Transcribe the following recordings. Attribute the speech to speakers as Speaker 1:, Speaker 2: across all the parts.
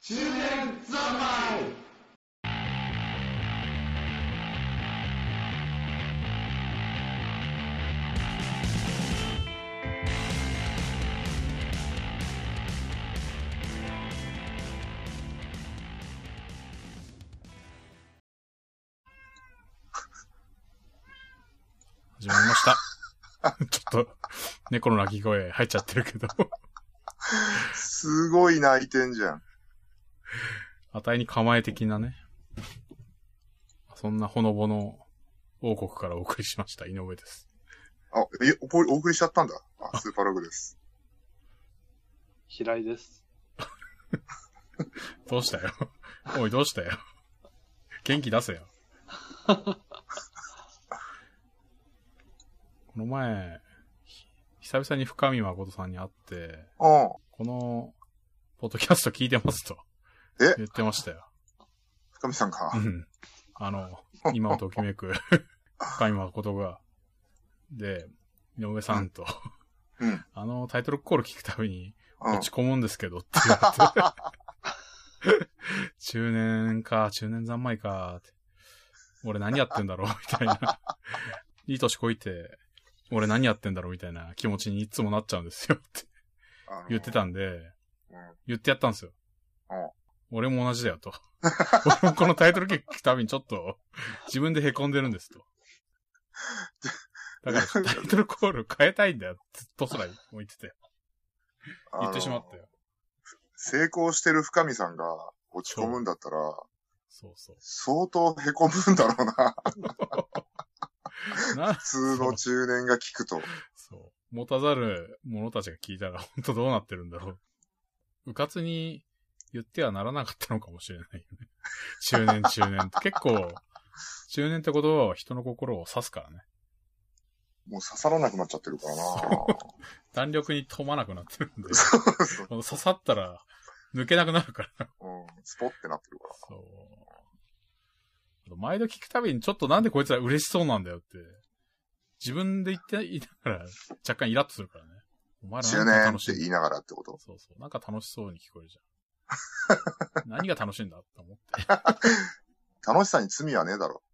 Speaker 1: 終電三昧
Speaker 2: 始まりました。 ちょっと、猫の鳴き声入っちゃってるけど、
Speaker 1: すごい泣いてんじゃん。
Speaker 2: 値に構え的なね。そんなほのぼの王国からお送りしました、井上です。
Speaker 1: あ、え、おこお送りしちゃったんだ。あ、スーパーログです。
Speaker 3: 平井です。
Speaker 2: どうしたよおい、どうしたよ元気出せよ。 この前、ひ久々に深見誠さんに会って、
Speaker 1: うん。
Speaker 2: この、ポッドキャスト聞いてますと
Speaker 1: え、
Speaker 2: 言ってましたよ。
Speaker 1: 深見さんか
Speaker 2: う。ん。あ の、今をときめく深井誠が、で、井上さんと、
Speaker 1: うん
Speaker 2: あのタイトルコール聞くたびに
Speaker 1: うん。
Speaker 2: 落ち込むんですけどって言われて、 中年か、中年三昧か、って俺何やってんだろうみたいな。いい年こいて、俺何やってんだろうみたいな気持ちにいつもなっちゃうんですよって
Speaker 1: あの
Speaker 2: 言ってたんで、
Speaker 1: うん
Speaker 2: 言ってやったんですよ
Speaker 1: うん。
Speaker 2: 俺も同じだよと。 俺もこのタイトル聞くたびにちょっと自分で凹んでるんですと。だ からちょっとタイトルコール変えたいんだよってずっとそら言ってて。言ってしまっ。
Speaker 1: あ
Speaker 2: た
Speaker 1: の
Speaker 2: よ。
Speaker 1: 成功してる深見さんが落ち込むんだったら、
Speaker 2: そうそう。
Speaker 1: 相当凹むんだろうな。
Speaker 2: な、
Speaker 1: 普通の中年が聞くと。
Speaker 2: そう。持たざる者たちが聞いたら本当どうなってるんだろう。うかつに言ってはならなかったのかもしれないよね。中年中年って結構、中年って言葉は人の心を指すからね。
Speaker 1: もう刺さらなくなっちゃってるからな。
Speaker 2: 弾力に飛ばなくなってるんで、
Speaker 1: そうそう。
Speaker 2: この刺さったら抜けなくなるから。
Speaker 1: うん。スポってなってるから。
Speaker 2: そう。あと毎度聞くたびにちょっとなんでこいつら嬉しそうなんだよって、自分で言っていながら若干イラッとするからね。お前ら
Speaker 1: 中
Speaker 2: 何が
Speaker 1: 年
Speaker 2: 楽
Speaker 1: っ
Speaker 2: しい
Speaker 1: て
Speaker 2: んだ
Speaker 1: 言いながらってこと。
Speaker 2: そうそう。なんか楽しそうに聞こえるじゃん。何が楽しいんだって思って。
Speaker 1: 楽しさに罪はねえだろ。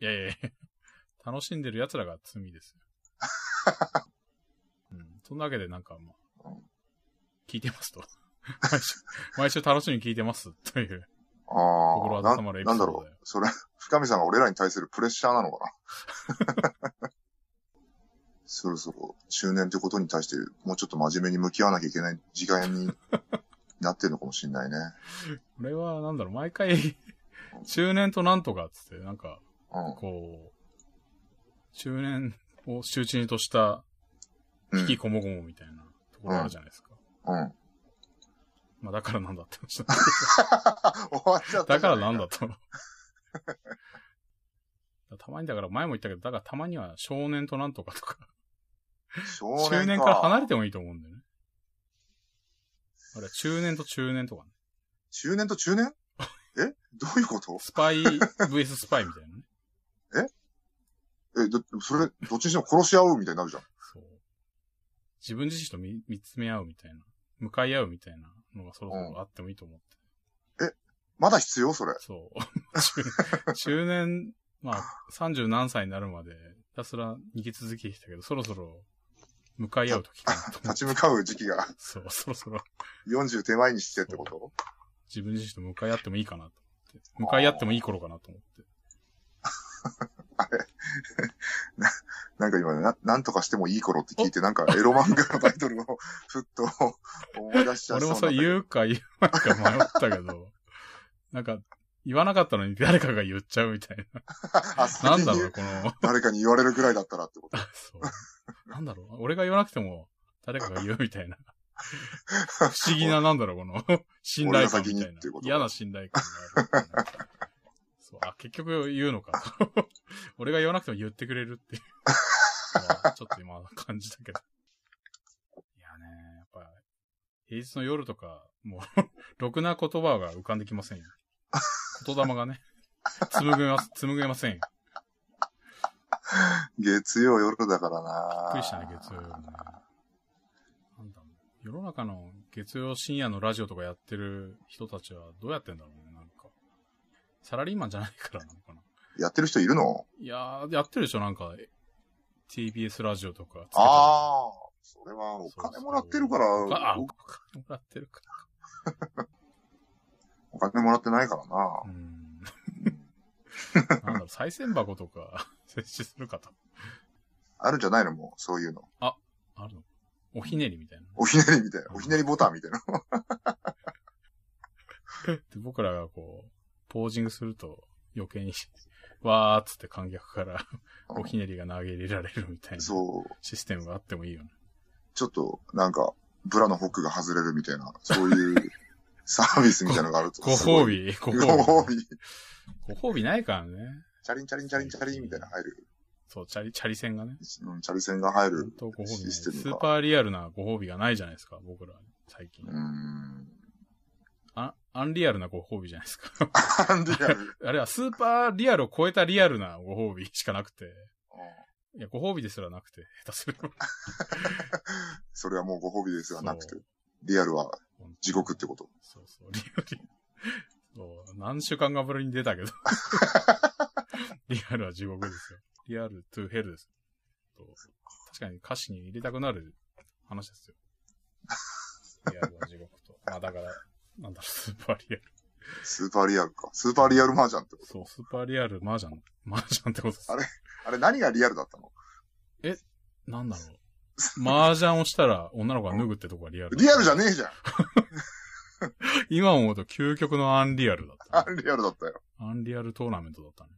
Speaker 2: いやいやいや楽しんでる奴らが罪ですよ。うん。そんなわけでなんか、まあ、聞いてますと。毎週、毎週楽しみに聞いてますという。
Speaker 1: ああ。
Speaker 2: 心
Speaker 1: な
Speaker 2: 温まるエピ
Speaker 1: な
Speaker 2: ソー
Speaker 1: ん
Speaker 2: ド
Speaker 1: だ
Speaker 2: だよ
Speaker 1: ろう。それ、 深見さんが俺らに対するプレッシャーなのかな。 そろそろ中年ってことに対して、もうちょっと真面目に向き合わなきゃいけない時間になってるのかもしれないね。
Speaker 2: これは、なんだろう、毎回、 中年となんとかっつって、なんか、
Speaker 1: う
Speaker 2: こう、中年を周知にとした、
Speaker 1: ん。う
Speaker 2: 引き
Speaker 1: ん。
Speaker 2: こもごもみたいなところあるじゃないですか。
Speaker 1: うん、
Speaker 2: まあ、だからなんだって話だ
Speaker 1: 終わっちゃった。
Speaker 2: だからなんだと。 たまにだから前も言ったけど、だからたまには少年となんとかとか、
Speaker 1: 少年
Speaker 2: 中年から離れてもいいと思うんだよね。あれは中年と中年とかね。
Speaker 1: 中年と中年 えどういうこと
Speaker 2: スパイ VS スパイみたいなね。
Speaker 1: え、だってそれ、どっちにしても殺し合うみたいになるじゃん。
Speaker 2: そう。自分自身と見見つめ合うみたいな。向かい合うみたいなのがそろそろあってもいいと思って。
Speaker 1: まだ必要それ。
Speaker 2: そう。中 中年、まあ、30何歳になるまで、ひたすら逃げ続けてきたけど、そろそろ向かい合う時かなと思
Speaker 1: 立
Speaker 2: っ
Speaker 1: ち
Speaker 2: て。
Speaker 1: 向かう時期が
Speaker 2: そう、そろそろ
Speaker 1: 40手前にしてってこと
Speaker 2: 自分自身と向かい合ってもいいかなと思って。向かい合ってもいい頃かなと思って。
Speaker 1: なんか今な、なんとかしてもいい頃って聞いて、なんかエロ漫画のタイトルをふっと 思い出しちゃい
Speaker 2: 俺も
Speaker 1: そうになった
Speaker 2: それ言うか言わないか迷ったけど、なんか、言わなかったのに誰かが言っちゃうみたい
Speaker 1: あ、
Speaker 2: な。な
Speaker 1: 先
Speaker 2: んだろ
Speaker 1: に
Speaker 2: う、この、
Speaker 1: 誰かに言われるぐらいだったらってこと。
Speaker 2: そう。なんだろう、俺が言わなくても誰かが言うみた いな。不思議な、なんだろう、この、信頼感みた
Speaker 1: 俺が先
Speaker 2: い
Speaker 1: に
Speaker 2: な
Speaker 1: ってこ。と
Speaker 2: 嫌な信頼感がある。そう、あ、結局言うのか。 俺が言わなくても言ってくれるっていう。まあちょっと今感じたけど。いやね、やっぱ、平日の夜とか、もう、 ろくな言葉が浮かんできませんよ。言霊がね、紡げます、紡げませんよ。
Speaker 1: 月曜夜だから
Speaker 2: び
Speaker 1: な
Speaker 2: っくりしたね、月曜夜ね。なんだろう世の中の月曜深夜のラジオとかやってる人たちはどうやってんだろうね、なんか。サラリーマンじゃないからなのかな。
Speaker 1: やってる人いるの
Speaker 2: いやー、やってるでしょ、なんか、TBS ラジオとかつけたり。
Speaker 1: ああ、それはお金もらってるから、
Speaker 2: そうそうあ、お
Speaker 1: お
Speaker 2: 金もらってるか
Speaker 1: お金もらってないからな。
Speaker 2: ら。うん。 なんだろう、再銭箱とか 設置するかと。
Speaker 1: あるんじゃないのもう、そういうの。
Speaker 2: あるのおひねりみたいな。
Speaker 1: おひねりみたいな、おひねりボタンみたいな。
Speaker 2: で僕らがこう、ポージングすると余計に、 わーっつって観客から おひねりが投げ入れられるみたいなシ
Speaker 1: そう、
Speaker 2: ステムがあってもいいよね。
Speaker 1: ちょっと、なんか、ブラのホックが外れるみたいな、そういうサービスみたいなのがあると。
Speaker 2: ご褒美、ご
Speaker 1: すごい。ご
Speaker 2: 褒
Speaker 1: 褒美。
Speaker 2: 美。ご褒美ないからね。
Speaker 1: チャリンチャリンチャリンチャリンみたいなの入る。
Speaker 2: そう、チャリ、チャリ線がね。
Speaker 1: うん、チャリ線が入
Speaker 2: 本
Speaker 1: る。
Speaker 2: 当ご褒美ない
Speaker 1: シ
Speaker 2: ス
Speaker 1: ステムが
Speaker 2: ーパーリアルなご褒美がないじゃないですか、僕ら、最近
Speaker 1: う。ーん。
Speaker 2: あアンリアルなご褒美じゃないですか。
Speaker 1: アンリアル。
Speaker 2: あれはスーパーリアルを超えたリアルなご褒美しかなくて。
Speaker 1: うん
Speaker 2: いや、ご褒美ですらなくて、下手する。
Speaker 1: それはもうご褒美ですがなくて。リアルは
Speaker 2: そう
Speaker 1: 地獄ってこと。
Speaker 2: そうそう、リアル。そう、何週間かぶりに出たけ ど。リアルは地獄ですよ。リアルトゥヘルです。そう確かに歌詞に入れたくなる話ですよ。リアルは地獄と。まあだから、なんだろう、スーパーリアル。
Speaker 1: スーパーリアルか。スーパーリアル麻雀ってこと。
Speaker 2: そう、スーパーリアル、マージャン、マージャンってことです。
Speaker 1: あれあれ何がリアルだったの
Speaker 2: なんだろう。マージャンをしたら女の子が脱ぐってとこがリアル。
Speaker 1: リアルじゃねえじゃん。
Speaker 2: 今思うと究極のアンリアルだったね、
Speaker 1: あれリアルだったよ。
Speaker 2: アンリアルトーナメントだったね。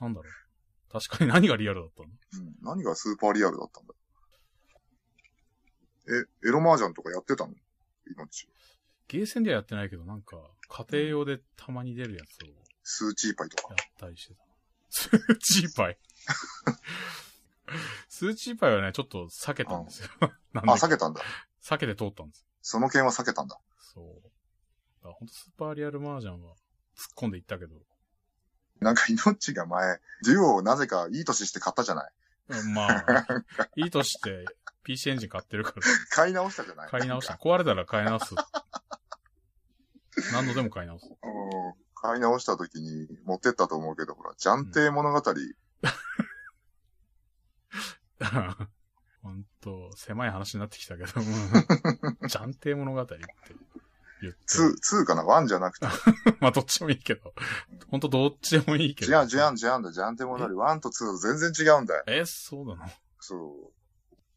Speaker 2: なんだろう。確かに何がリアルだったの
Speaker 1: うん。何がスーパーリアルだったんだえ、エロ麻雀とかやってたの命。
Speaker 2: ゲーセンではやってないけど、なんか、家庭用でたまに出るやつを
Speaker 1: スーチーパイとか。
Speaker 2: やったりしてた。スーチー パイ。スーチーパイはね、ちょっと避けたんですよ。なんで
Speaker 1: あ、避けたんだ。
Speaker 2: 避けて通ったんです。
Speaker 1: その件は避けたんだ。
Speaker 2: そう。だからほんとスーパーリアルマージャンは突っ込んでいったけど、
Speaker 1: なんか命が前、デュオをなぜかいい年して買ったじゃない
Speaker 2: まあ、いいとして、PC エンジン買ってるか
Speaker 1: 買い直したじゃな
Speaker 2: ら、
Speaker 1: い
Speaker 2: 買い直し
Speaker 1: な
Speaker 2: た。
Speaker 1: んか
Speaker 2: 壊れたら買い直す。何度でも買い直す。
Speaker 1: うん買い直した時に持ってったと思うけど、ほら、ジャンテ物語、
Speaker 2: ほんと、狭い話になってきたけど、ジャンテ物語って言って。
Speaker 1: ツー、ツーかなワンじゃなくて。
Speaker 2: まあ、どっちもいいけど。ほんと、どっちでもいいけ
Speaker 1: 違
Speaker 2: ど。
Speaker 1: う、違う、違うんだ。ジャンテ物語、ワンとツー全然違うんだよ。
Speaker 2: え、そうなの
Speaker 1: そう。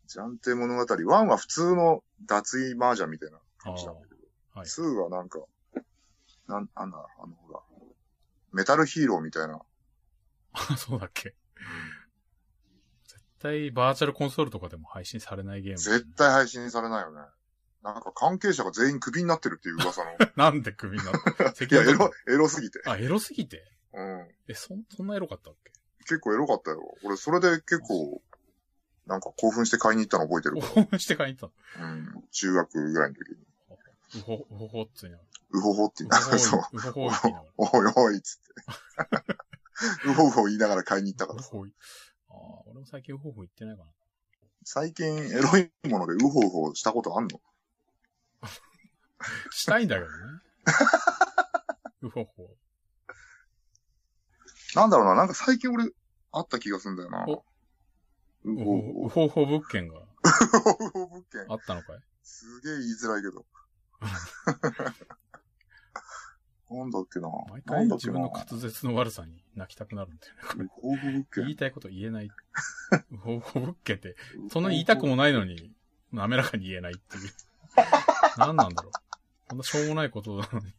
Speaker 1: ジャンテ物語、ワンは普通の脱衣麻雀みたいな感じなんだけ
Speaker 2: あーはい
Speaker 1: ど、ツーはなんか、なん、あんな、あの、ほら、メタルヒーローみたいな。
Speaker 2: あ、 そうだっけ。絶対、バーチャルコンソールとかでも配信されないゲーム。
Speaker 1: 絶対配信されないよね。なんか関係者が全員クビになってるっていう 噂の。
Speaker 2: なんでクビになった
Speaker 1: いや、エロ、エロすぎて。
Speaker 2: あ、エロすぎて
Speaker 1: うん。
Speaker 2: え、そん、そんなエロかったっけ
Speaker 1: 結構エロかったよ。俺、それで結構、なんか興奮して買いに行ったの覚えてる
Speaker 2: お
Speaker 1: か
Speaker 2: ほほして書いてたの。
Speaker 1: ら。うん。中学ぐらいの時に。
Speaker 2: うほ、うほほっついなが
Speaker 1: うほほって言いなが
Speaker 2: ら。
Speaker 1: ら、 そう。
Speaker 2: うほほい、うほほいって言いながら。
Speaker 1: おいおいっつって。 うほうほ言いながら買いに行ったから。
Speaker 2: ほい。ああ、俺も最近ウホホ行ってないかな。
Speaker 1: 最近、エロいものでうほうほしたことあんの
Speaker 2: したいんだけどね。ウホホ。
Speaker 1: なんだろうな、なんか最近俺、あった気がするんだよな。う
Speaker 2: お
Speaker 1: ほう
Speaker 2: ウホ
Speaker 1: ほ
Speaker 2: ホ、ウホホ物件が
Speaker 1: うほうほ物件。
Speaker 2: あったのかい
Speaker 1: すげえ言いづらい けど。なんだっけな。
Speaker 2: 毎
Speaker 1: な
Speaker 2: 回
Speaker 1: んだっ
Speaker 2: 自
Speaker 1: けな。
Speaker 2: 分の滑舌の悪さに泣きたくなるんだよね。これ
Speaker 1: うほうほ物
Speaker 2: 言
Speaker 1: 件。
Speaker 2: いたいこと言え ない。ウホホ物件って、そんなに言いたくもないのに、滑らかに言えないっていう。何なんだろう。こんなしょうもないことなのに、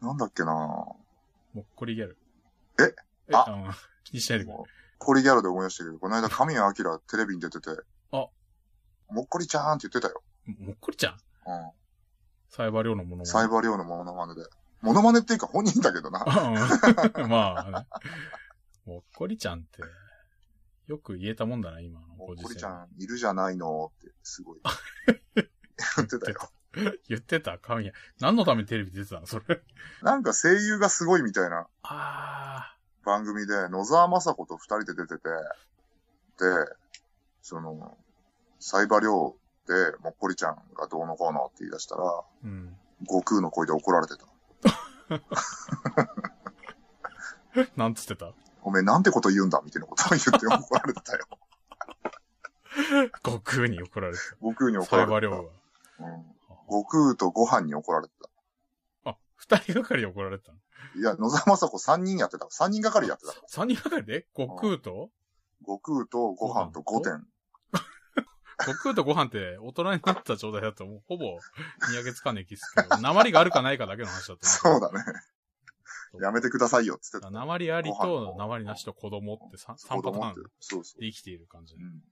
Speaker 1: なんだっけな。
Speaker 2: もっこりギャル。
Speaker 1: え
Speaker 2: え
Speaker 1: あ
Speaker 2: あの気にしないでください。
Speaker 1: コリギャルで思い出したけど、この間神谷明テレビに出てて、
Speaker 2: あ
Speaker 1: もっこりちゃーんって言ってたよ。
Speaker 2: もっこりちゃん
Speaker 1: う
Speaker 2: サイバー量のもの
Speaker 1: ん。サイバー量のモノマネで。モノマネっていうか本人だけどな。
Speaker 2: うんまあ、ね、 もっこりちゃんって、よく言えたもんだな、今の
Speaker 1: も
Speaker 2: ご
Speaker 1: っ
Speaker 2: 時
Speaker 1: こり
Speaker 2: 世
Speaker 1: ちゃ。んいるじゃないのって、すごい。言ってたよ。
Speaker 2: 言ってた 神谷。何のためにテレビ出てたのそれ。
Speaker 1: なんか声優がすごいみたいな
Speaker 2: あ
Speaker 1: 番組で、野沢雅子と二人で出てて、で、その、サイバー量って、もうポリちゃんがどうのこうのって言い出したら、
Speaker 2: うん。
Speaker 1: 悟空の声で怒られてた。
Speaker 2: なんつってた
Speaker 1: おめえなんてこと言うんだみたいなことを言って怒られてたよ。
Speaker 2: 悟空に怒られて
Speaker 1: 悟空 に
Speaker 2: た。
Speaker 1: 怒
Speaker 2: サ
Speaker 1: ら
Speaker 2: イバー
Speaker 1: れ
Speaker 2: 量
Speaker 1: てた。
Speaker 2: が。
Speaker 1: うん、悟空とご飯に怒られてた。
Speaker 2: あ、二人がかりで怒られてたの
Speaker 1: いや、野沢雅子3人やってた。3人がかりやってた。
Speaker 2: 三人がかりで悟空と
Speaker 1: 悟空とご飯と5点。
Speaker 2: 悟空とご飯って大人になった状態だともうほぼ見分けつかねえ気するけ ど、鉛があるかないかだけの話だと
Speaker 1: そ
Speaker 2: 思
Speaker 1: うだね。やめてくださいよっつって
Speaker 2: だ
Speaker 1: た。
Speaker 2: から鉛ありと
Speaker 1: ご飯
Speaker 2: 鉛なしと子供って 3, 三パターン
Speaker 1: 子供ってそうそう。
Speaker 2: で生きている感じ
Speaker 1: う
Speaker 2: ね。
Speaker 1: ん。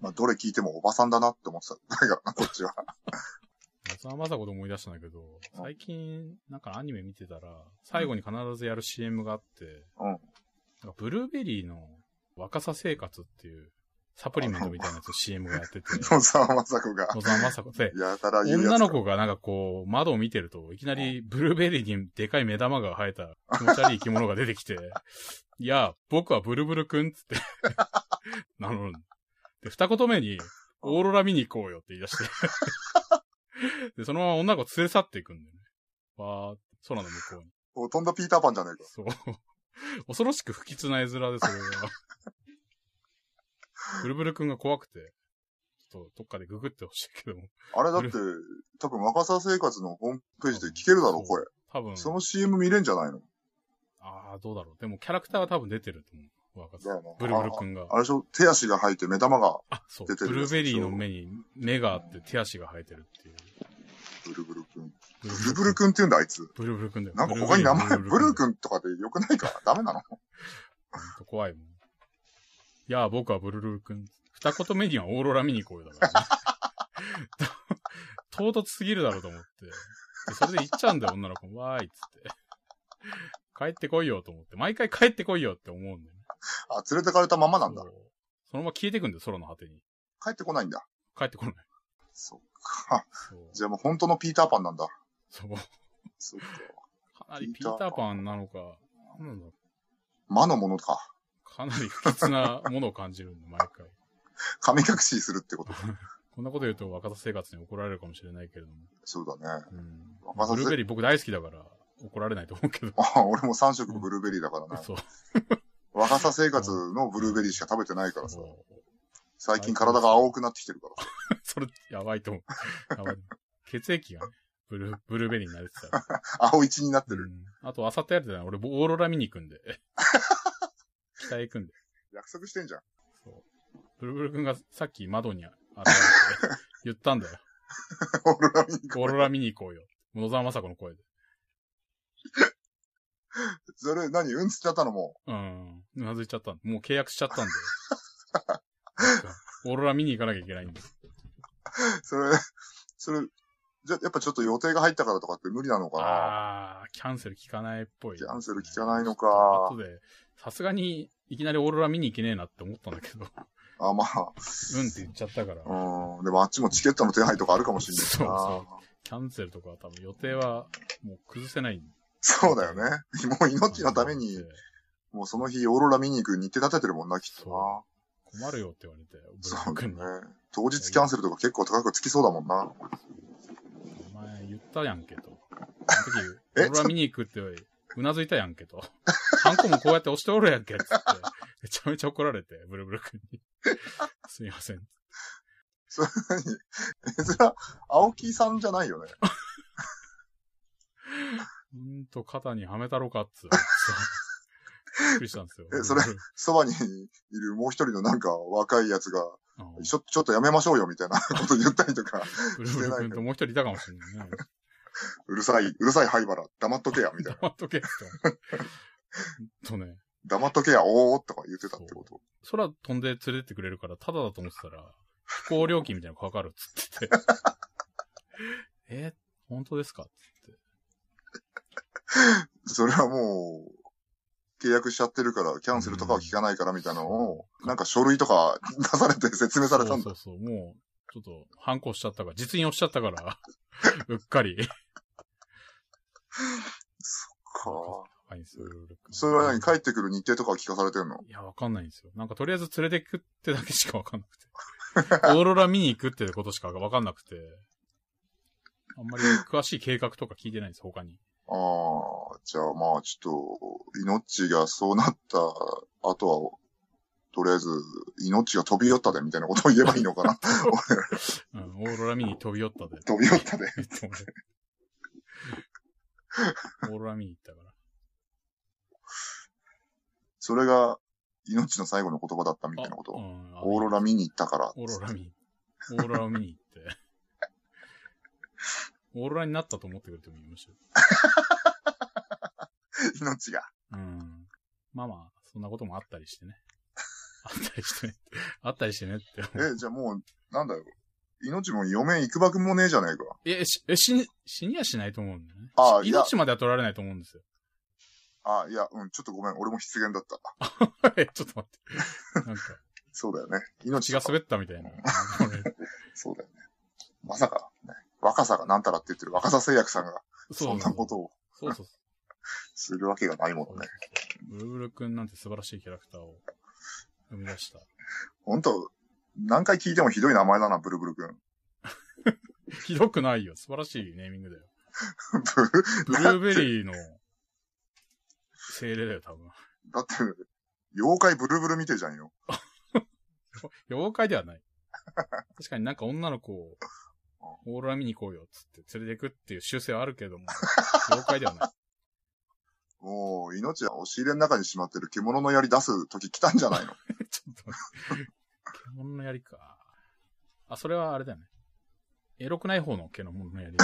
Speaker 1: まあ、どれ聞いてもおばさんだなって思ってた。だから、こっ ちは。
Speaker 2: 松田雅子で思い出したんだけど、最近なんかアニメ見てたら、最後に必ずやる CM があって、
Speaker 1: うん
Speaker 2: なんかブルーベリーの若さ生活っていうサプリメントみたいなやつの CM がや ってて、
Speaker 1: 野沢雅子が、
Speaker 2: 野沢雅子で、
Speaker 1: やたら言うやつ。
Speaker 2: 女の子がなんかこう、窓を見てると、いきなりブルーベリーにでかい目玉が生えた気持ち悪い生き物が出てきて、 いや、僕はブルブルくんっつって、なの、で、二言目に、オーロラ見に行こうよって言い 出して、で、そのまま女の子連れ去っていくんだよね。わーって、空の向こうに。
Speaker 1: お飛んだピーターパンじゃねえか。
Speaker 2: そう。恐ろしく不吉な絵面で、それが。ブルブルくんが怖くて、ちょっとどっかでググってほしいけども、
Speaker 1: あれだって、多分若さ生活のホームページで聞けるだろ、声。
Speaker 2: 多分。
Speaker 1: その CM 見れんじゃないの
Speaker 2: ああ、どうだろう。でもキャラクターは多分出てると思う。若
Speaker 1: だ
Speaker 2: さ
Speaker 1: よね。
Speaker 2: ブルブルくんが
Speaker 1: あ。あれでしょ手足が生えて目玉が
Speaker 2: あ、そう。
Speaker 1: 出て
Speaker 2: ブ
Speaker 1: る
Speaker 2: ルーベリーの目に目があって手足が生えてるっていう。
Speaker 1: ブルブルくん。
Speaker 2: ブ
Speaker 1: ブルブルくんって言うんだ、あいつ。
Speaker 2: ブルブルくんだよ。
Speaker 1: なんか他に名前、ブルー
Speaker 2: ん。
Speaker 1: くんとかでよくないかダメなの
Speaker 2: ほんと怖いもん。いやー、僕はブルブルくん。二言目にはオーロラ見に行こうよだからね。 唐突すぎるだろうと思って。でそれで行っちゃうんだよ、女の子。わーいっつって。帰ってこいよと思って。毎回帰ってこいよって思うんだよね。
Speaker 1: あ、連れてかれたままなんだ
Speaker 2: そ。うそのまま消えてくんだよ、空の果てに。
Speaker 1: 帰ってこないんだ。
Speaker 2: 帰ってこない。
Speaker 1: そっか。
Speaker 2: そう。
Speaker 1: じゃあもう本当のピーターパンなんだ。
Speaker 2: そう。
Speaker 1: そっか。
Speaker 2: かなりピーターパンなのか、なんだろう
Speaker 1: 魔のものか。
Speaker 2: かなり不吉なものを感じるんだ、毎回。
Speaker 1: 神隠しするってこと。
Speaker 2: こんなこと言うと若さ生活に怒られるかもしれないけれども。
Speaker 1: そうだね。
Speaker 2: うん
Speaker 1: 若。さ
Speaker 2: ブルーベリー僕大好きだから怒られないと思うけ ど。
Speaker 1: あ、俺も3食ブルーベリーだからな。
Speaker 2: そう。
Speaker 1: 若さ生活のブルーベリーしか食べてないからさ。
Speaker 2: そう
Speaker 1: 最近体が青くなってきてるか ら。
Speaker 2: それ、やばいと思う。やばい。血液がね、ブルー、ブルーベリーになれてたら。
Speaker 1: 青一になって
Speaker 2: う
Speaker 1: る。
Speaker 2: ん。あと、あさってやるてたら俺、オーロラ見に行くんで。 北へ行くんで。
Speaker 1: 約束してんじ ゃん。
Speaker 2: ブルブル君がさっき窓に現れて、言ったんだよ。
Speaker 1: オーロラ見に行く
Speaker 2: オーロラ見に行こうよ。野沢雅子の声で。
Speaker 1: それ何うんつっちゃったのも
Speaker 2: うん。うなずいちゃったんもう契約しちゃった んで。オーロラ見に行かなきゃいけないんです。
Speaker 1: う。それ、それ、じゃ、やっぱちょっと予定が入ったからとかって無理なのかな
Speaker 2: あー、キャンセル効かないっぽい。
Speaker 1: キャンセル効かないのか
Speaker 2: 後で、さすがに、いきなりオーロラ見に行けねえなって思ったんだけど、
Speaker 1: あ、まあ。
Speaker 2: うんって言っちゃったから、
Speaker 1: うん。でもあっちもチケットの手配とかあるかもしれないし
Speaker 2: そ
Speaker 1: な。
Speaker 2: うそうキャンセルとかは多分予定はもう崩せない。
Speaker 1: そうだよね。もう命のために、もうその日オーロラ見に行く日程立ててるもんな、きっとな。
Speaker 2: 困るよって言われて、ブ
Speaker 1: そう
Speaker 2: ル
Speaker 1: だ
Speaker 2: 君
Speaker 1: ね
Speaker 2: に。。
Speaker 1: 当日キャンセルとか結構高くつきそうだもんな。
Speaker 2: お前言ったやんけと。あの時、オーロラ見に行くって、うなずいたやんけと。ハンコもこうやって押しておるやんけっつって、めちゃめちゃ怒られて、ブルブル君に。すいません。
Speaker 1: 何え、それは、青木さんじゃないよね。
Speaker 2: うんと、肩にはめたろかっつう。びっくりしたんですよ。
Speaker 1: えそれ
Speaker 2: ブルブル
Speaker 1: そばにいるもう一人のなんか若いやつが、
Speaker 2: うん
Speaker 1: ちょ、ちょっとやめましょうよみたいな こと言ったりとか、
Speaker 2: ブルブル君ともう一人いたかもしれないね。
Speaker 1: うるさい、うるさい灰原、黙っとけや、みたいな。
Speaker 2: 黙っとけって思う。ほんとね、
Speaker 1: 黙っとけや、おーとか言ってたってこと。
Speaker 2: 空飛んで連れてってくれるから、タダだと思ってたら、飛行料金みたいなのかかるっつ ってて。え、本当ですかっつって。
Speaker 1: それはもう、契約しちゃってるから、キャンセルとかは聞かないからみたいなのを、なんか書類とか出されて説明されたん
Speaker 2: そ
Speaker 1: だ。
Speaker 2: うそうそう、もう、ちょっと、反抗しちゃったから、実印押しちゃった から、うっかり。
Speaker 1: か
Speaker 2: はい、そ
Speaker 1: それは何
Speaker 2: か
Speaker 1: 帰ってくる日程とかは聞かされてんの
Speaker 2: いや、わかんないんですよ。なんか、とりあえず連れてくってだけしかわかんなくて。 オーロラ見に行くってことしかわかんなくて、あんまり詳しい計画とか聞いてないんです、他に。
Speaker 1: ああ、じゃあまあちょっと、命がそうなった後は、とりあえず、命が飛び寄ったでみたいなことを言えばいいのかな。
Speaker 2: うん、オーロラ見に飛び寄ったで。
Speaker 1: 飛び寄っ たで。
Speaker 2: 言ってもら えるオーロラ見に行ったから。
Speaker 1: それが、命の最後の言葉だったみたいなこと。
Speaker 2: うんあ
Speaker 1: オーロラ見に行ったから。
Speaker 2: オーロラ見に、オーロラを見に行って。オーロラになったと思ってくれてもいいむしろ。
Speaker 1: 命が。
Speaker 2: うん。まあまあ、そんなこともあったりしてね。あったりしてね。あったりしてねって思う。
Speaker 1: え、じゃあもう、なんだよ。命も嫁行くばくもねえじゃねえか。
Speaker 2: え、し、え、死に、死にはしないと思うんだよね。
Speaker 1: ああ
Speaker 2: し
Speaker 1: いや
Speaker 2: 命までは取られないと思うんですよ。
Speaker 1: あいや、うん、ちょっとごめん。俺も失言だった。
Speaker 2: え、ちょっと待って。なんか、
Speaker 1: そうだよね。命
Speaker 2: 血が
Speaker 1: が。
Speaker 2: 滑ったみた いな。俺
Speaker 1: そうだよね。まさか、ね、若さがなんたらって言ってる若さ製薬さんが、そんなことを
Speaker 2: そうそうそう。
Speaker 1: するわけがないもんね。
Speaker 2: ブルブル君なんて素晴らしいキャラクターを生み出した。
Speaker 1: ほんと、何回聞いてもひどい名前だな、ブルブル君。
Speaker 2: ひどくないよ。素晴らしいネーミングだよ。
Speaker 1: ブル
Speaker 2: ブルーベリーの精霊だよ、多分。
Speaker 1: だって、妖怪ブルブル見てえじゃんよ。
Speaker 2: 妖怪ではない。確かになんか女の子をオーロラ見に行こうよ、つって連れてくっていう習性はあるけども、妖怪ではない。
Speaker 1: もう、命は押し入れの中にしまってる獣の槍出す時来たんじゃない
Speaker 2: ち
Speaker 1: の
Speaker 2: ょっと待って。獣の槍か。あ、それはあれだよね。エロくない方の獣の槍。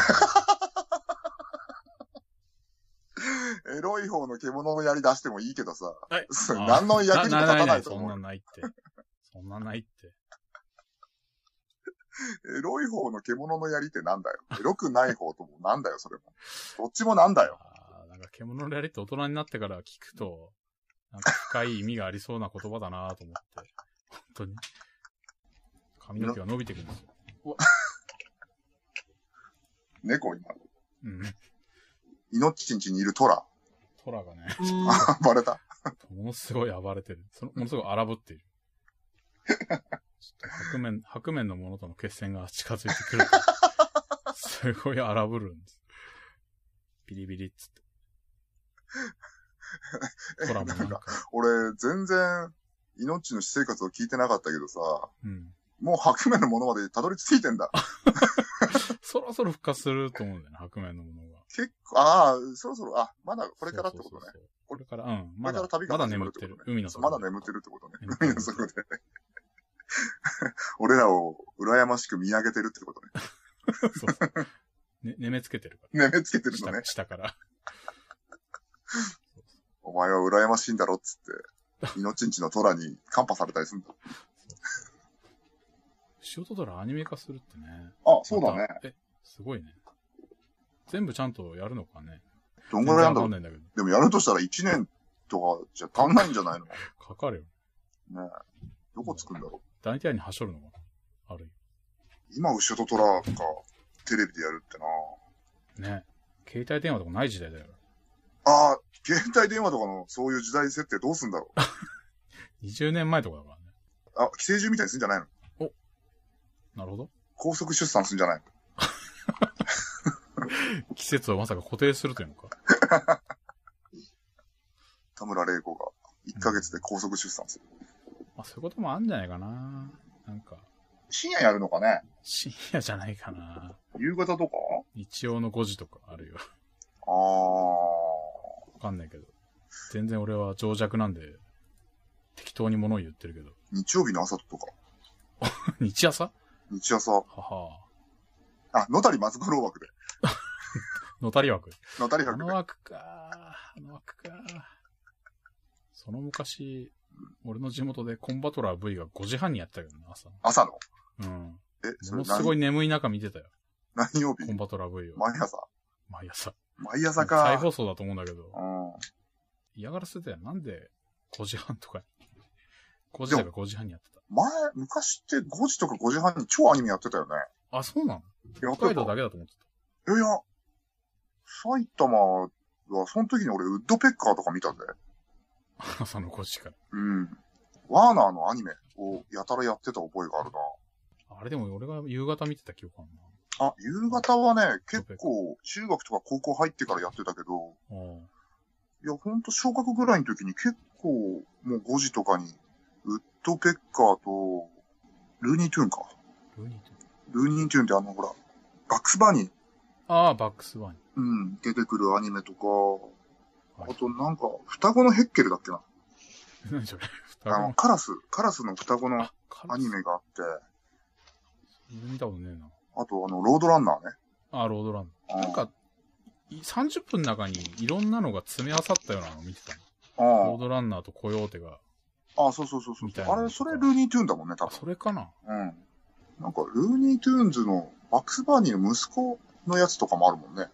Speaker 1: エロい方の獣の槍出してもいいけどさ、
Speaker 2: はい
Speaker 1: それ
Speaker 2: あー
Speaker 1: 何の役にも立た ないと
Speaker 2: そ
Speaker 1: 思
Speaker 2: んな
Speaker 1: うよ。
Speaker 2: んないって。そんなんないって。
Speaker 1: エロい方の獣の槍ってなんだよ。エロくない方ともなんだよ、それも。どっちもなんだよ。
Speaker 2: あーなんか獣の槍って大人になってから聞くと、なんか深い意味がありそうな言葉だなと思って。本当に。髪の毛が伸びてくるんですよ。
Speaker 1: 猫今。
Speaker 2: うん。
Speaker 1: 命んちにいるトラ。
Speaker 2: トラがね、
Speaker 1: あ バレた。
Speaker 2: ものすごい暴れてる。そのものすごい荒ぶっている。ちょっと白面、白面のものとの決戦が近づいてくると。すごい荒ぶるんです。ビリビリっつって。トラもなんか、
Speaker 1: 俺、全然、命の私生活を聞いてなかったけどさ、
Speaker 2: うん。
Speaker 1: もう白面のものまでたどり着いてんだ。
Speaker 2: そろそろ復活すると思うんだよね、白面のものが。
Speaker 1: 結構、ああ、そろそろ、あ、まだこれからってこと
Speaker 2: そ
Speaker 1: ね。
Speaker 2: うそうそうこれから、うん。
Speaker 1: こ
Speaker 2: ま
Speaker 1: れか
Speaker 2: だ
Speaker 1: ら旅、
Speaker 2: ま
Speaker 1: が
Speaker 2: だ
Speaker 1: 始ま
Speaker 2: 眠っ
Speaker 1: るって
Speaker 2: て
Speaker 1: こ
Speaker 2: る
Speaker 1: と。ね。
Speaker 2: 海の
Speaker 1: まだ眠ってるってことね。海の底
Speaker 2: 底
Speaker 1: で。 俺らを羨ましく見上げてるってことね。
Speaker 2: そうそうね、眠つけてるか
Speaker 1: 眠つけて
Speaker 2: ら。
Speaker 1: るのね
Speaker 2: 下。下から。
Speaker 1: お前は羨ましいんだろっつって、命んちの虎にカンパされたりするんだ。
Speaker 2: シオトドラアニメ化するってね。
Speaker 1: あ、そうだね
Speaker 2: ま。た。え、すごいね。全部ちゃんとやるのかね。
Speaker 1: どんぐらいやん
Speaker 2: 全然わか
Speaker 1: だろ
Speaker 2: ん
Speaker 1: う。
Speaker 2: ないんだけど。
Speaker 1: でもやるとしたら1年とかじゃ足んないんじゃないの
Speaker 2: かかるよ。
Speaker 1: どこつくんだろ
Speaker 2: 大体にはしょるのがある
Speaker 1: う。今、後ろと虎か、テレビでやるってな
Speaker 2: よ。ね。携帯電話とかない時代だよ。
Speaker 1: ああ、携帯電話とかのそういう時代設定どうすんだろう。
Speaker 2: 20年前とかだからね。
Speaker 1: あ、寄生獣みたいにすんじゃないの
Speaker 2: なるほど。
Speaker 1: 高速出産すんじゃないの
Speaker 2: 季節をまさか固定するというのか。
Speaker 1: 田村玲子が1ヶ月で高速出産する。
Speaker 2: まあそういうこともあるんじゃないかな。なんか、
Speaker 1: 深夜やるのかね
Speaker 2: 深夜じゃないかな。
Speaker 1: 夕方とか
Speaker 2: 日曜の5時とかあるよ。
Speaker 1: ああ、
Speaker 2: わかんないけど。全然俺は情弱なんで、適当に物を言ってるけど。
Speaker 1: 日曜日の朝とか、
Speaker 2: 日朝
Speaker 1: 日朝、
Speaker 2: はは
Speaker 1: あ、野谷松五郎枠で。
Speaker 2: のたり枠。
Speaker 1: 野谷
Speaker 2: あ
Speaker 1: 枠
Speaker 2: の
Speaker 1: で。
Speaker 2: 枠か。あの枠か。その昔、俺の地元でコンバトラー V が5時半にやってたけどね、朝の。
Speaker 1: 朝の。
Speaker 2: うん。
Speaker 1: え、そ
Speaker 2: も
Speaker 1: れ
Speaker 2: のすご
Speaker 1: 何
Speaker 2: い眠い中見てたよ。
Speaker 1: 何曜日
Speaker 2: コンバトラー V を。
Speaker 1: 毎朝。
Speaker 2: 毎朝。
Speaker 1: 毎朝
Speaker 2: 再
Speaker 1: か。
Speaker 2: 放送だと思うんだけど
Speaker 1: う。ん。
Speaker 2: 嫌がらせだよ。なんで5時半とかに。5時だから5時半にやって
Speaker 1: 前、昔って5時とか5時半に超アニメやってたよね。
Speaker 2: た。あ、そうなの
Speaker 1: やっ
Speaker 2: 北海
Speaker 1: て
Speaker 2: 道
Speaker 1: た
Speaker 2: だ。けだと思ってた。
Speaker 1: いやいや、埼玉は、その時に俺、ウッドペッカーとか見たんで。
Speaker 2: 朝の5時から。
Speaker 1: うん。ワーナーのアニメをやたらやってた覚えがあるな。
Speaker 2: あれでも俺が夕方見てた記憶あるな。
Speaker 1: あ、夕方はね、結構、中学とか高校入ってからやってたけど、
Speaker 2: うん。
Speaker 1: いや、ほんと小学ぐらいの時に結構、もう5時とかに、ウッドペッカーと、ルーニートゥーンか。
Speaker 2: ルーニートゥーン
Speaker 1: ルーニートゥーンってあの、ほら、バックスバーに、
Speaker 2: ああ、バックスワン。
Speaker 1: うん、出てくるアニメとか、
Speaker 2: はい
Speaker 1: あとなんか、双子のヘッケルだっけな。
Speaker 2: 何それ双
Speaker 1: あ
Speaker 2: 子
Speaker 1: の、
Speaker 2: の。
Speaker 1: カラス、カラスの双子の
Speaker 2: あ、カ
Speaker 1: アニメがあって、
Speaker 2: 見たことねえな。
Speaker 1: あとあの、ロードランナーね。
Speaker 2: あ、ロードラン
Speaker 1: あ
Speaker 2: ド。
Speaker 1: ー
Speaker 2: なんか、い30分の中にいろんなのが詰め合わさったようなの見てた
Speaker 1: あ
Speaker 2: の。ロ
Speaker 1: ー
Speaker 2: ードランナーとコヨーテが。
Speaker 1: あー、そうそうそうそう
Speaker 2: みたい。な
Speaker 1: あれ、それルーニートゥーンだもんね、多
Speaker 2: あ、
Speaker 1: 分。
Speaker 2: それかな
Speaker 1: うん。なんか、ルーニートゥーンズのバックスバーニーの息子のやつとかもあるもんね。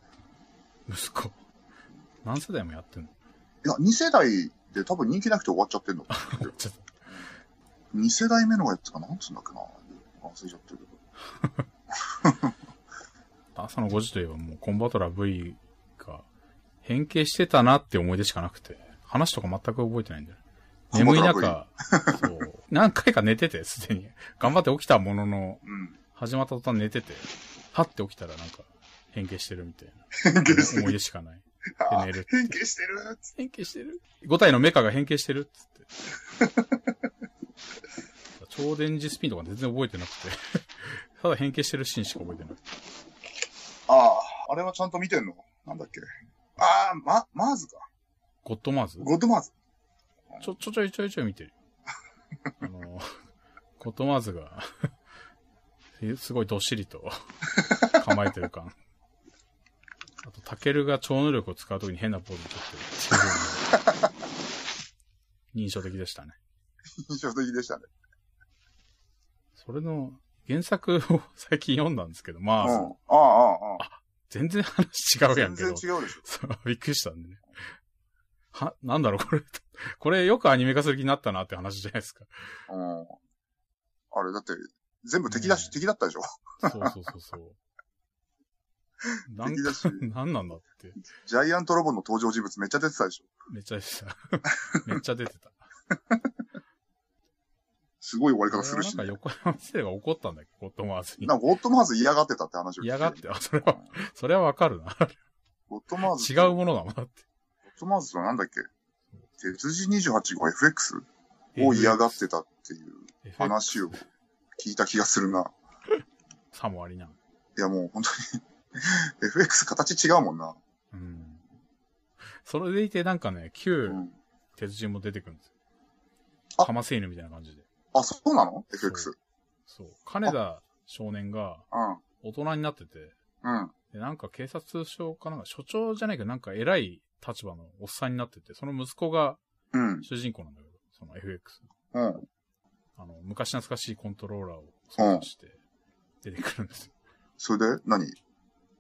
Speaker 2: 息子。何世代もやってん の
Speaker 1: いや、2世代で多分人気なくて終わっちゃってんの。
Speaker 2: ちょっと
Speaker 1: 2世代目のやつかなんつうんだっけな。忘れちゃってるけど。
Speaker 2: 朝の5時といえばもうコンバトラ V が変形してたなって思い出しかなくて、話とか全く覚えてないんだよね。
Speaker 1: コンバ
Speaker 2: 眠い
Speaker 1: トラ V
Speaker 2: 中、そう、何回か寝てて、すでに。頑張って起きたものの、
Speaker 1: うん。
Speaker 2: 始まった途端寝てて、はって起きたらなんか変形してるみたいな。
Speaker 1: 変形して
Speaker 2: 思い
Speaker 1: る。
Speaker 2: 出しかない。
Speaker 1: あ
Speaker 2: 寝る
Speaker 1: ー変形してるっつ
Speaker 2: 変形してる ?5 体のメカが変形してるっつって。超電磁スピンとか全然覚えて なくて。ただ変形してるシーンしか覚えてない。
Speaker 1: ああ、あれはちゃんと見てんのなんだっけ。ああ、ま、マーズか。
Speaker 2: ゴッドマーズ
Speaker 1: ゴッドマーズ。
Speaker 2: ちょ、ちょちょいちょいちょい見てる。あの、 ゴッドマーズが、 すごいどっしりと構えてる感。あと、タケルが超能力を使うときに変なポーズを取ってるっていうのが印象的でしたね。
Speaker 1: 印象的でしたね。
Speaker 2: それの原作を 最近読んだんですけど、ま
Speaker 1: う
Speaker 2: あ、
Speaker 1: ん。ああ、ああ、あ
Speaker 2: 全然話
Speaker 1: あ。
Speaker 2: 違うや
Speaker 1: 全
Speaker 2: んけど
Speaker 1: 然違う。でしょ。
Speaker 2: そうびっくりしたんでね。は、なんだろう、これ。これよくアニメ化する気になったなって話じゃないですか。
Speaker 1: うん。あれ、だって、全部敵だし、
Speaker 2: ね
Speaker 1: 敵だったでしょ。
Speaker 2: そうそうそうそう。なん
Speaker 1: 敵
Speaker 2: か
Speaker 1: だし、
Speaker 2: なんなんだって。
Speaker 1: ジャイアントロボの登場人物めっちゃ出てたでしょ。
Speaker 2: めっちゃ出てた。 めっちゃ出てた。
Speaker 1: すごい終わ
Speaker 2: 俺
Speaker 1: り方
Speaker 2: は
Speaker 1: する
Speaker 2: なん
Speaker 1: し、
Speaker 2: か
Speaker 1: ね。
Speaker 2: 横山先生が怒ったんだっけど、ゴッドマーズに
Speaker 1: な。んか、ゴッドマーズ嫌がってたって話を聞い
Speaker 2: 嫌がって、あ、それは、それはわかるな。
Speaker 1: ゴッドマーズ。
Speaker 2: 違うものだもんだって。
Speaker 1: ゴッドマーズはなんだっけ鉄人28号 FX を嫌がってたっていう話を聞いた気がするな。
Speaker 2: さもありな。
Speaker 1: いや、もう本 当に FX 形違うもんな。
Speaker 2: うん。それでいて、なんかね、
Speaker 1: う
Speaker 2: 旧
Speaker 1: ん。
Speaker 2: 鉄人も出てくるんですよ。
Speaker 1: あ
Speaker 2: カマセイヌみたいな感じで。
Speaker 1: あ、そうなの
Speaker 2: そう
Speaker 1: ?FX。
Speaker 2: そう。金田少年が
Speaker 1: うん。
Speaker 2: 大人になってて、
Speaker 1: うん。
Speaker 2: で、なんか警察通称かなんか、所長じゃないけど、なんか偉い立場のおっさんになってて、その息子が
Speaker 1: うん。
Speaker 2: 主人公なんだけど、その FX。
Speaker 1: うん。
Speaker 2: あの、昔懐かしいコントローラーを操作して出てくるんですよ。
Speaker 1: それで何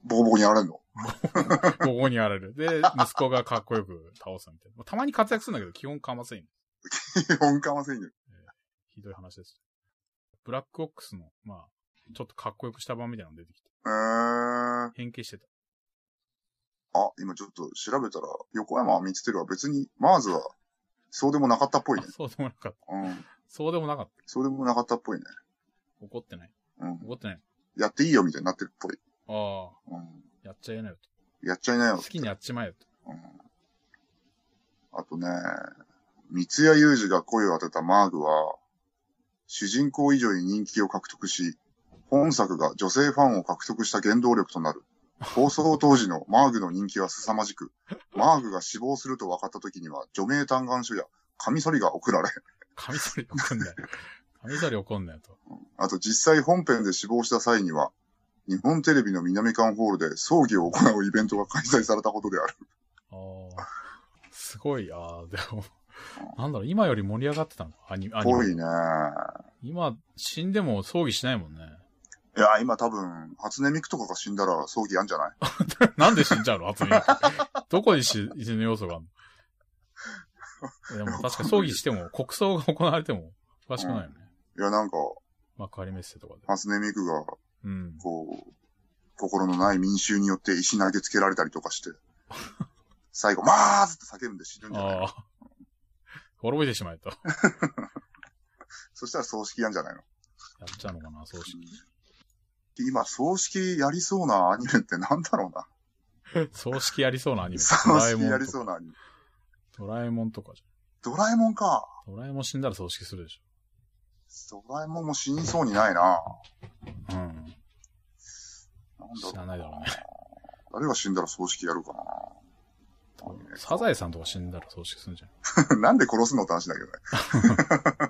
Speaker 1: ボコボコにやられんの
Speaker 2: ここにあれる。で、息子がかっこよく倒すみたいな。たまに活躍するんだけど、基本かませんよ。
Speaker 1: 本かませんよ。
Speaker 2: ひどい話です。ブラックオックスの、まあ、ちょっとかっこよくした版みたいなの出てきて、
Speaker 1: えー。
Speaker 2: 変形してた。
Speaker 1: あ、今ちょっと調べたら、横山光輝は別に、マーズは、そうでもなかったっぽい
Speaker 2: あ
Speaker 1: ね。
Speaker 2: そうでもなかった。
Speaker 1: うん。
Speaker 2: そうでもなかった。
Speaker 1: そうでもなかったっぽいね。
Speaker 2: 怒ってない。
Speaker 1: うん。
Speaker 2: 怒ってない。
Speaker 1: やっていいよみたいになってるっぽい。
Speaker 2: ああ、
Speaker 1: うん。
Speaker 2: やっちゃいなよ
Speaker 1: やっちゃいな
Speaker 2: と。
Speaker 1: よ
Speaker 2: 好。きにやっちまえよと。
Speaker 1: うん。あとね、三谷裕二が声を当てたマーグは、主人公以上に人気を獲得し、本作が女性ファンを獲得した原動力となる。放送当時のマーグの人気は凄まじく、マーグが死亡すると分かった時には、除名嘆願書や、カミソリが送られ、
Speaker 2: カミソリ怒んだよ。カミソリ怒んだよと。
Speaker 1: あと実際本編で死亡した際には、日本テレビの南館ホールで葬儀を行うイベントが開催されたことである。
Speaker 2: ああ。すごい、ああ、でも、なんだろう、今より盛り上がってたのか、アニアニ
Speaker 1: ぽ
Speaker 2: メ
Speaker 1: い。ね。
Speaker 2: 今、死んでも葬儀しないもんね。
Speaker 1: いや、今多分、初音ミクとかが死んだら葬儀やんじゃない
Speaker 2: なんで死んじゃ うの初音ミク。どこに死死ぬ要素があるのでも確かに葬儀しても、国葬が行われても、おかしくないよね。
Speaker 1: いや、なんか、
Speaker 2: 幕張メッセとかで。
Speaker 1: 初音ミクが、
Speaker 2: うん。
Speaker 1: こう、心のない民衆によって石投げつけられたりと かして、最後、マーズって叫んで死ぬんじゃない
Speaker 2: ああ。滅びてしまえと。
Speaker 1: そしたら葬式やんじゃないの
Speaker 2: やっちゃうのかな、葬式。
Speaker 1: 今、葬式やりそうなアニメってなんだろうな。
Speaker 2: 葬式やりそうなアニメ。
Speaker 1: 葬式やりそう
Speaker 2: な。
Speaker 1: なアニメ。
Speaker 2: ドラえもんとかじ
Speaker 1: ドラえもんか。
Speaker 2: ゃん。ドラえもん死んだら葬式するでし
Speaker 1: ドラえもんも死にそうにないな。
Speaker 2: ょ。うん。
Speaker 1: なん
Speaker 2: 死な
Speaker 1: だろ
Speaker 2: ないだろうね。
Speaker 1: う。誰が死んだら葬式やるかな。
Speaker 2: サザエさんとか死んだら葬式するんじゃん。
Speaker 1: なんで殺すのって話だけ どね。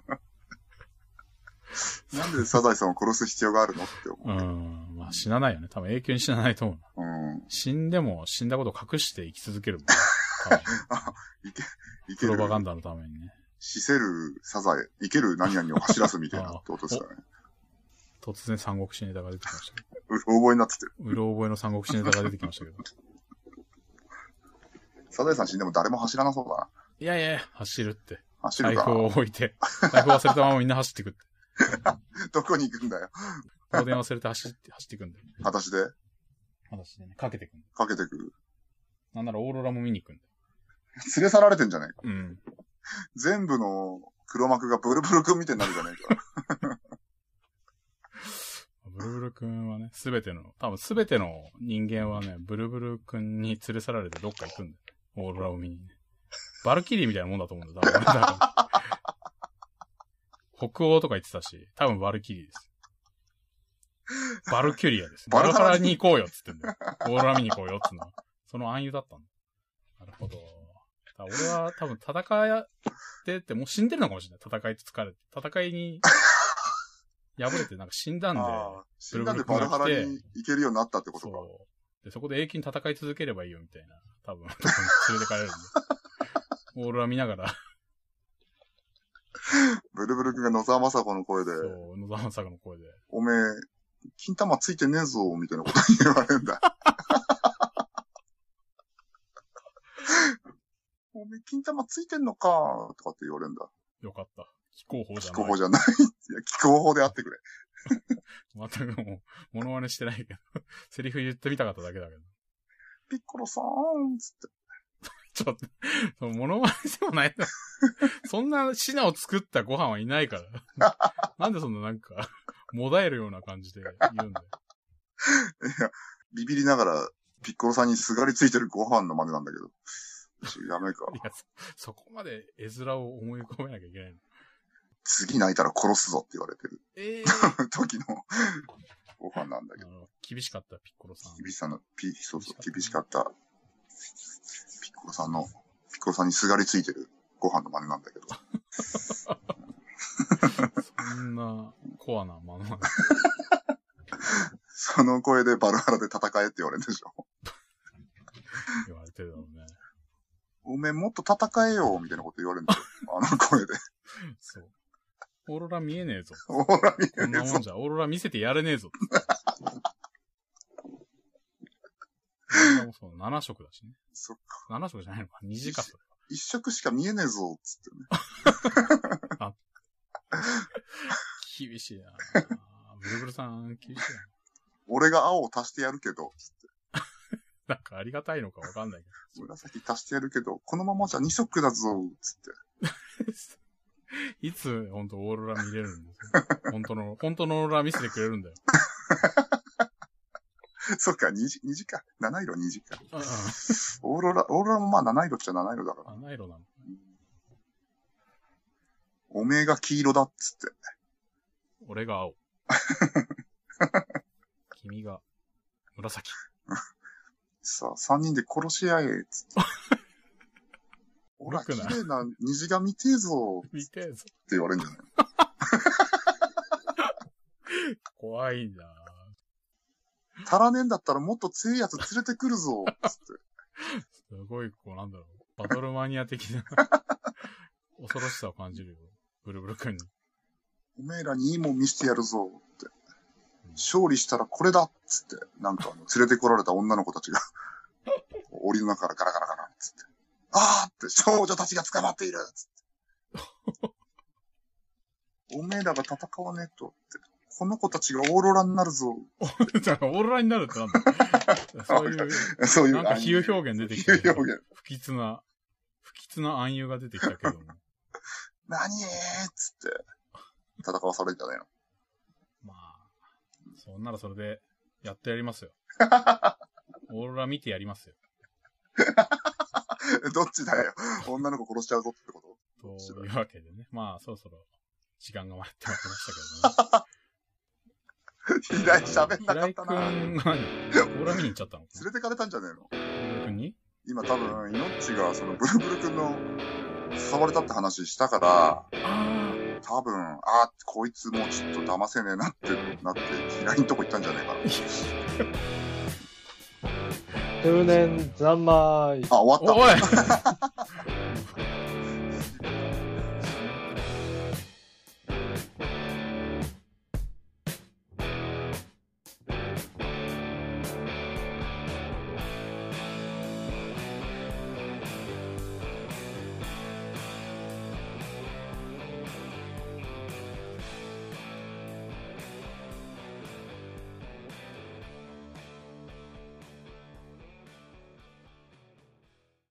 Speaker 1: なんでサザエさんを殺す必要があるのって思う。
Speaker 2: うん。まあ死なないよね。多分永久に死なないと思うな。
Speaker 1: うん。
Speaker 2: 死んでも死んだことを隠して生き続けるもん ね。多分
Speaker 1: い
Speaker 2: プ
Speaker 1: ける
Speaker 2: ロ、パガンダのためにね。
Speaker 1: 死せるサザエ、いける何々を走らすみたいなってことですかね。
Speaker 2: 突然三国志ネタが出てきましたけど。
Speaker 1: うろ覚えになっててる。
Speaker 2: うろ覚えの三国志ネタが出てきましたけど。
Speaker 1: サザエさん死んでも誰も走らなそうだな。
Speaker 2: いやいやいや、走るって。
Speaker 1: 走
Speaker 2: 財
Speaker 1: る
Speaker 2: 布
Speaker 1: か
Speaker 2: を置いて。財布忘れたままみんな走ってくって。
Speaker 1: どこに行くんだよ。
Speaker 2: 東電忘れて走って、走ってくんだよね。
Speaker 1: 裸足で
Speaker 2: 話でね、かけてくんだよ
Speaker 1: かけてく。
Speaker 2: なんならオーロラも見に行くんだよ。
Speaker 1: 連れ去られてんじゃねえか。
Speaker 2: うん。
Speaker 1: 全部の黒幕がブルブル君みたいになるじゃねえか。
Speaker 2: ブルブル君はね、すべての、多分すべての人間はね、ブルブル君に連れ去られてどっか行くんだよ。オーロラを見にね。バルキリーみたいなもんだと思うんだよ、多分。だから北欧とか言ってたし、多分バルキリーです。バルキュリアです。
Speaker 1: バ
Speaker 2: バ
Speaker 1: ル
Speaker 2: ル
Speaker 1: ハ
Speaker 2: ハ
Speaker 1: ラ
Speaker 2: ラに行こうよっつってんだよ。オーロラ見に行こうよっつうのは。その暗喩だったんだ。なるほど。だから俺は多分戦ってって、もう死んでるのかもしれない。戦いと疲れて。戦いに、敗れてなんか死んだんで、
Speaker 1: ああ死んだんでバルハラに行けるようになったってことか。
Speaker 2: そう。で、そこで永久に戦い続ければいいよ、みたいな。多分、 多分連れてかれるんで。オーロラ見ながら、
Speaker 1: ブルブル君が野沢雅子の声で
Speaker 2: そ、う、野沢さんの声で。
Speaker 1: おめえ、金玉ついてねえぞ、みたいなこと言われるんだ。 おめえ、金玉ついてんのか、とかって言われるんだ。
Speaker 2: よかった。気候法じ
Speaker 1: 気
Speaker 2: ゃ
Speaker 1: 候法
Speaker 2: ない。
Speaker 1: じゃない。いや、気候法であってくれ。
Speaker 2: 全くもう、モノマネしてないけど。 セリフ言ってみたかっただけだけど。
Speaker 1: ピッコロさーん、つって。
Speaker 2: ちょっと、そのモノマネでもないな。 そんな品を作ったご飯はいないから。 なんでそんななんか、もだえるような感じで言うんだよ。
Speaker 1: いや、ビビりながら、ピッコロさんにすがりついてるご飯の真似なんだけど。ちょやめか。
Speaker 2: いや、そ、そこまで絵面を思い浮かべなきゃいけないの。
Speaker 1: 次泣いたら殺すぞって言われてる
Speaker 2: ええ
Speaker 1: 時のご飯なんだけど。
Speaker 2: あの厳しかった、ピッコロさん。
Speaker 1: 厳しさの、ピ、そうそう、厳しかった。ピッコロさんの、ピッコロさんにすがりついてるご飯の真似なんだけど。
Speaker 2: そんなコアなまま。
Speaker 1: その声でバルハラで戦えって言われるでしょ。
Speaker 2: 言われてるだろうね。
Speaker 1: おめえもっと戦えよみたいなこと言われるんだよ。あの声で。
Speaker 2: そう。オーロラ見え ねえぞ。
Speaker 1: オーラ見
Speaker 2: こん
Speaker 1: え
Speaker 2: な
Speaker 1: ね
Speaker 2: も
Speaker 1: えぞ
Speaker 2: ん。じゃ、オーロラ見せてやれねえぞ。もそう7色だしね。
Speaker 1: そっか
Speaker 2: 7色じゃないのか。2時間。
Speaker 1: 一色しか見えねえぞっつってね。
Speaker 2: 厳しいな。ブルブルさん、厳しいな。
Speaker 1: 俺が青を足してやるけど、
Speaker 2: なんかありがたいのかわかんないけど。
Speaker 1: 紫足してやるけど、このままじゃ二色だぞっつって。
Speaker 2: いつ、本当オーロラ見れるんですか本当の、本当のオーロラ見せてくれるんだよ。
Speaker 1: そっか、二時、二時か。七色二時か。
Speaker 2: うんうん
Speaker 1: オーロラ、オーロラもまあ七色っちゃ七色だから。
Speaker 2: 七色なの。
Speaker 1: おめえが黄色だっつって。
Speaker 2: 俺が青。君が紫。
Speaker 1: さあ、三人で殺し合え、つって。 ほら、
Speaker 2: よく
Speaker 1: 綺
Speaker 2: ない
Speaker 1: 麗な虹が見てえぞ、って
Speaker 2: 見てえぞ。
Speaker 1: 言われるんじゃない
Speaker 2: 怖いな
Speaker 1: 足らねえんだったらもっと強いやつ連れてくる ぞ、つって。
Speaker 2: すごい、こう、なんだろう。バトルマニア的な恐ろしさを感じるよ。ブルブル君に。
Speaker 1: おめえらにいいもん見せてやるぞ、って。勝利したらこれだ、つって。なんかあの、連れてこられた女の子たちが、檻の中からガラガラガラ、つって。あーって、少女たちが捕まっている、つ って。おめえらが戦わねえと、って。この子たちがオーロラになるぞ。
Speaker 2: だからオーロラになるってなんだそういう、
Speaker 1: そういう。
Speaker 2: なんか比喩表現出てき
Speaker 1: 比喩
Speaker 2: た。
Speaker 1: 表現。
Speaker 2: 不吉な、不吉な暗喩が出てきたけども。
Speaker 1: 何ーっつって、戦わされるんじゃないの
Speaker 2: そんならそれで、やってやりますよ。オーロラ見てやりますよ。
Speaker 1: どっちだよ。女の子殺しちゃうぞってこと
Speaker 2: と
Speaker 1: 面白
Speaker 2: いうわけでね。まあ、そろそろ、時間が回ってまいりましたけ
Speaker 1: 平井喋ん な
Speaker 2: ど
Speaker 1: か
Speaker 2: ね。
Speaker 1: っ
Speaker 2: 平井
Speaker 1: たな。
Speaker 2: く
Speaker 1: 連
Speaker 2: ん、何オーロラ見に行っちゃったの
Speaker 1: れてかれたんじゃねえの
Speaker 2: 平井くんに
Speaker 1: 今多分、イノッチがそのブルブル君の誘われたって話したから、
Speaker 2: あ
Speaker 1: 多分、あーこいつもうちょっと騙せねえなってなって、平井んとこ行ったんじゃねえかな。
Speaker 3: 中年三昧。
Speaker 1: あ、終わった。
Speaker 2: おい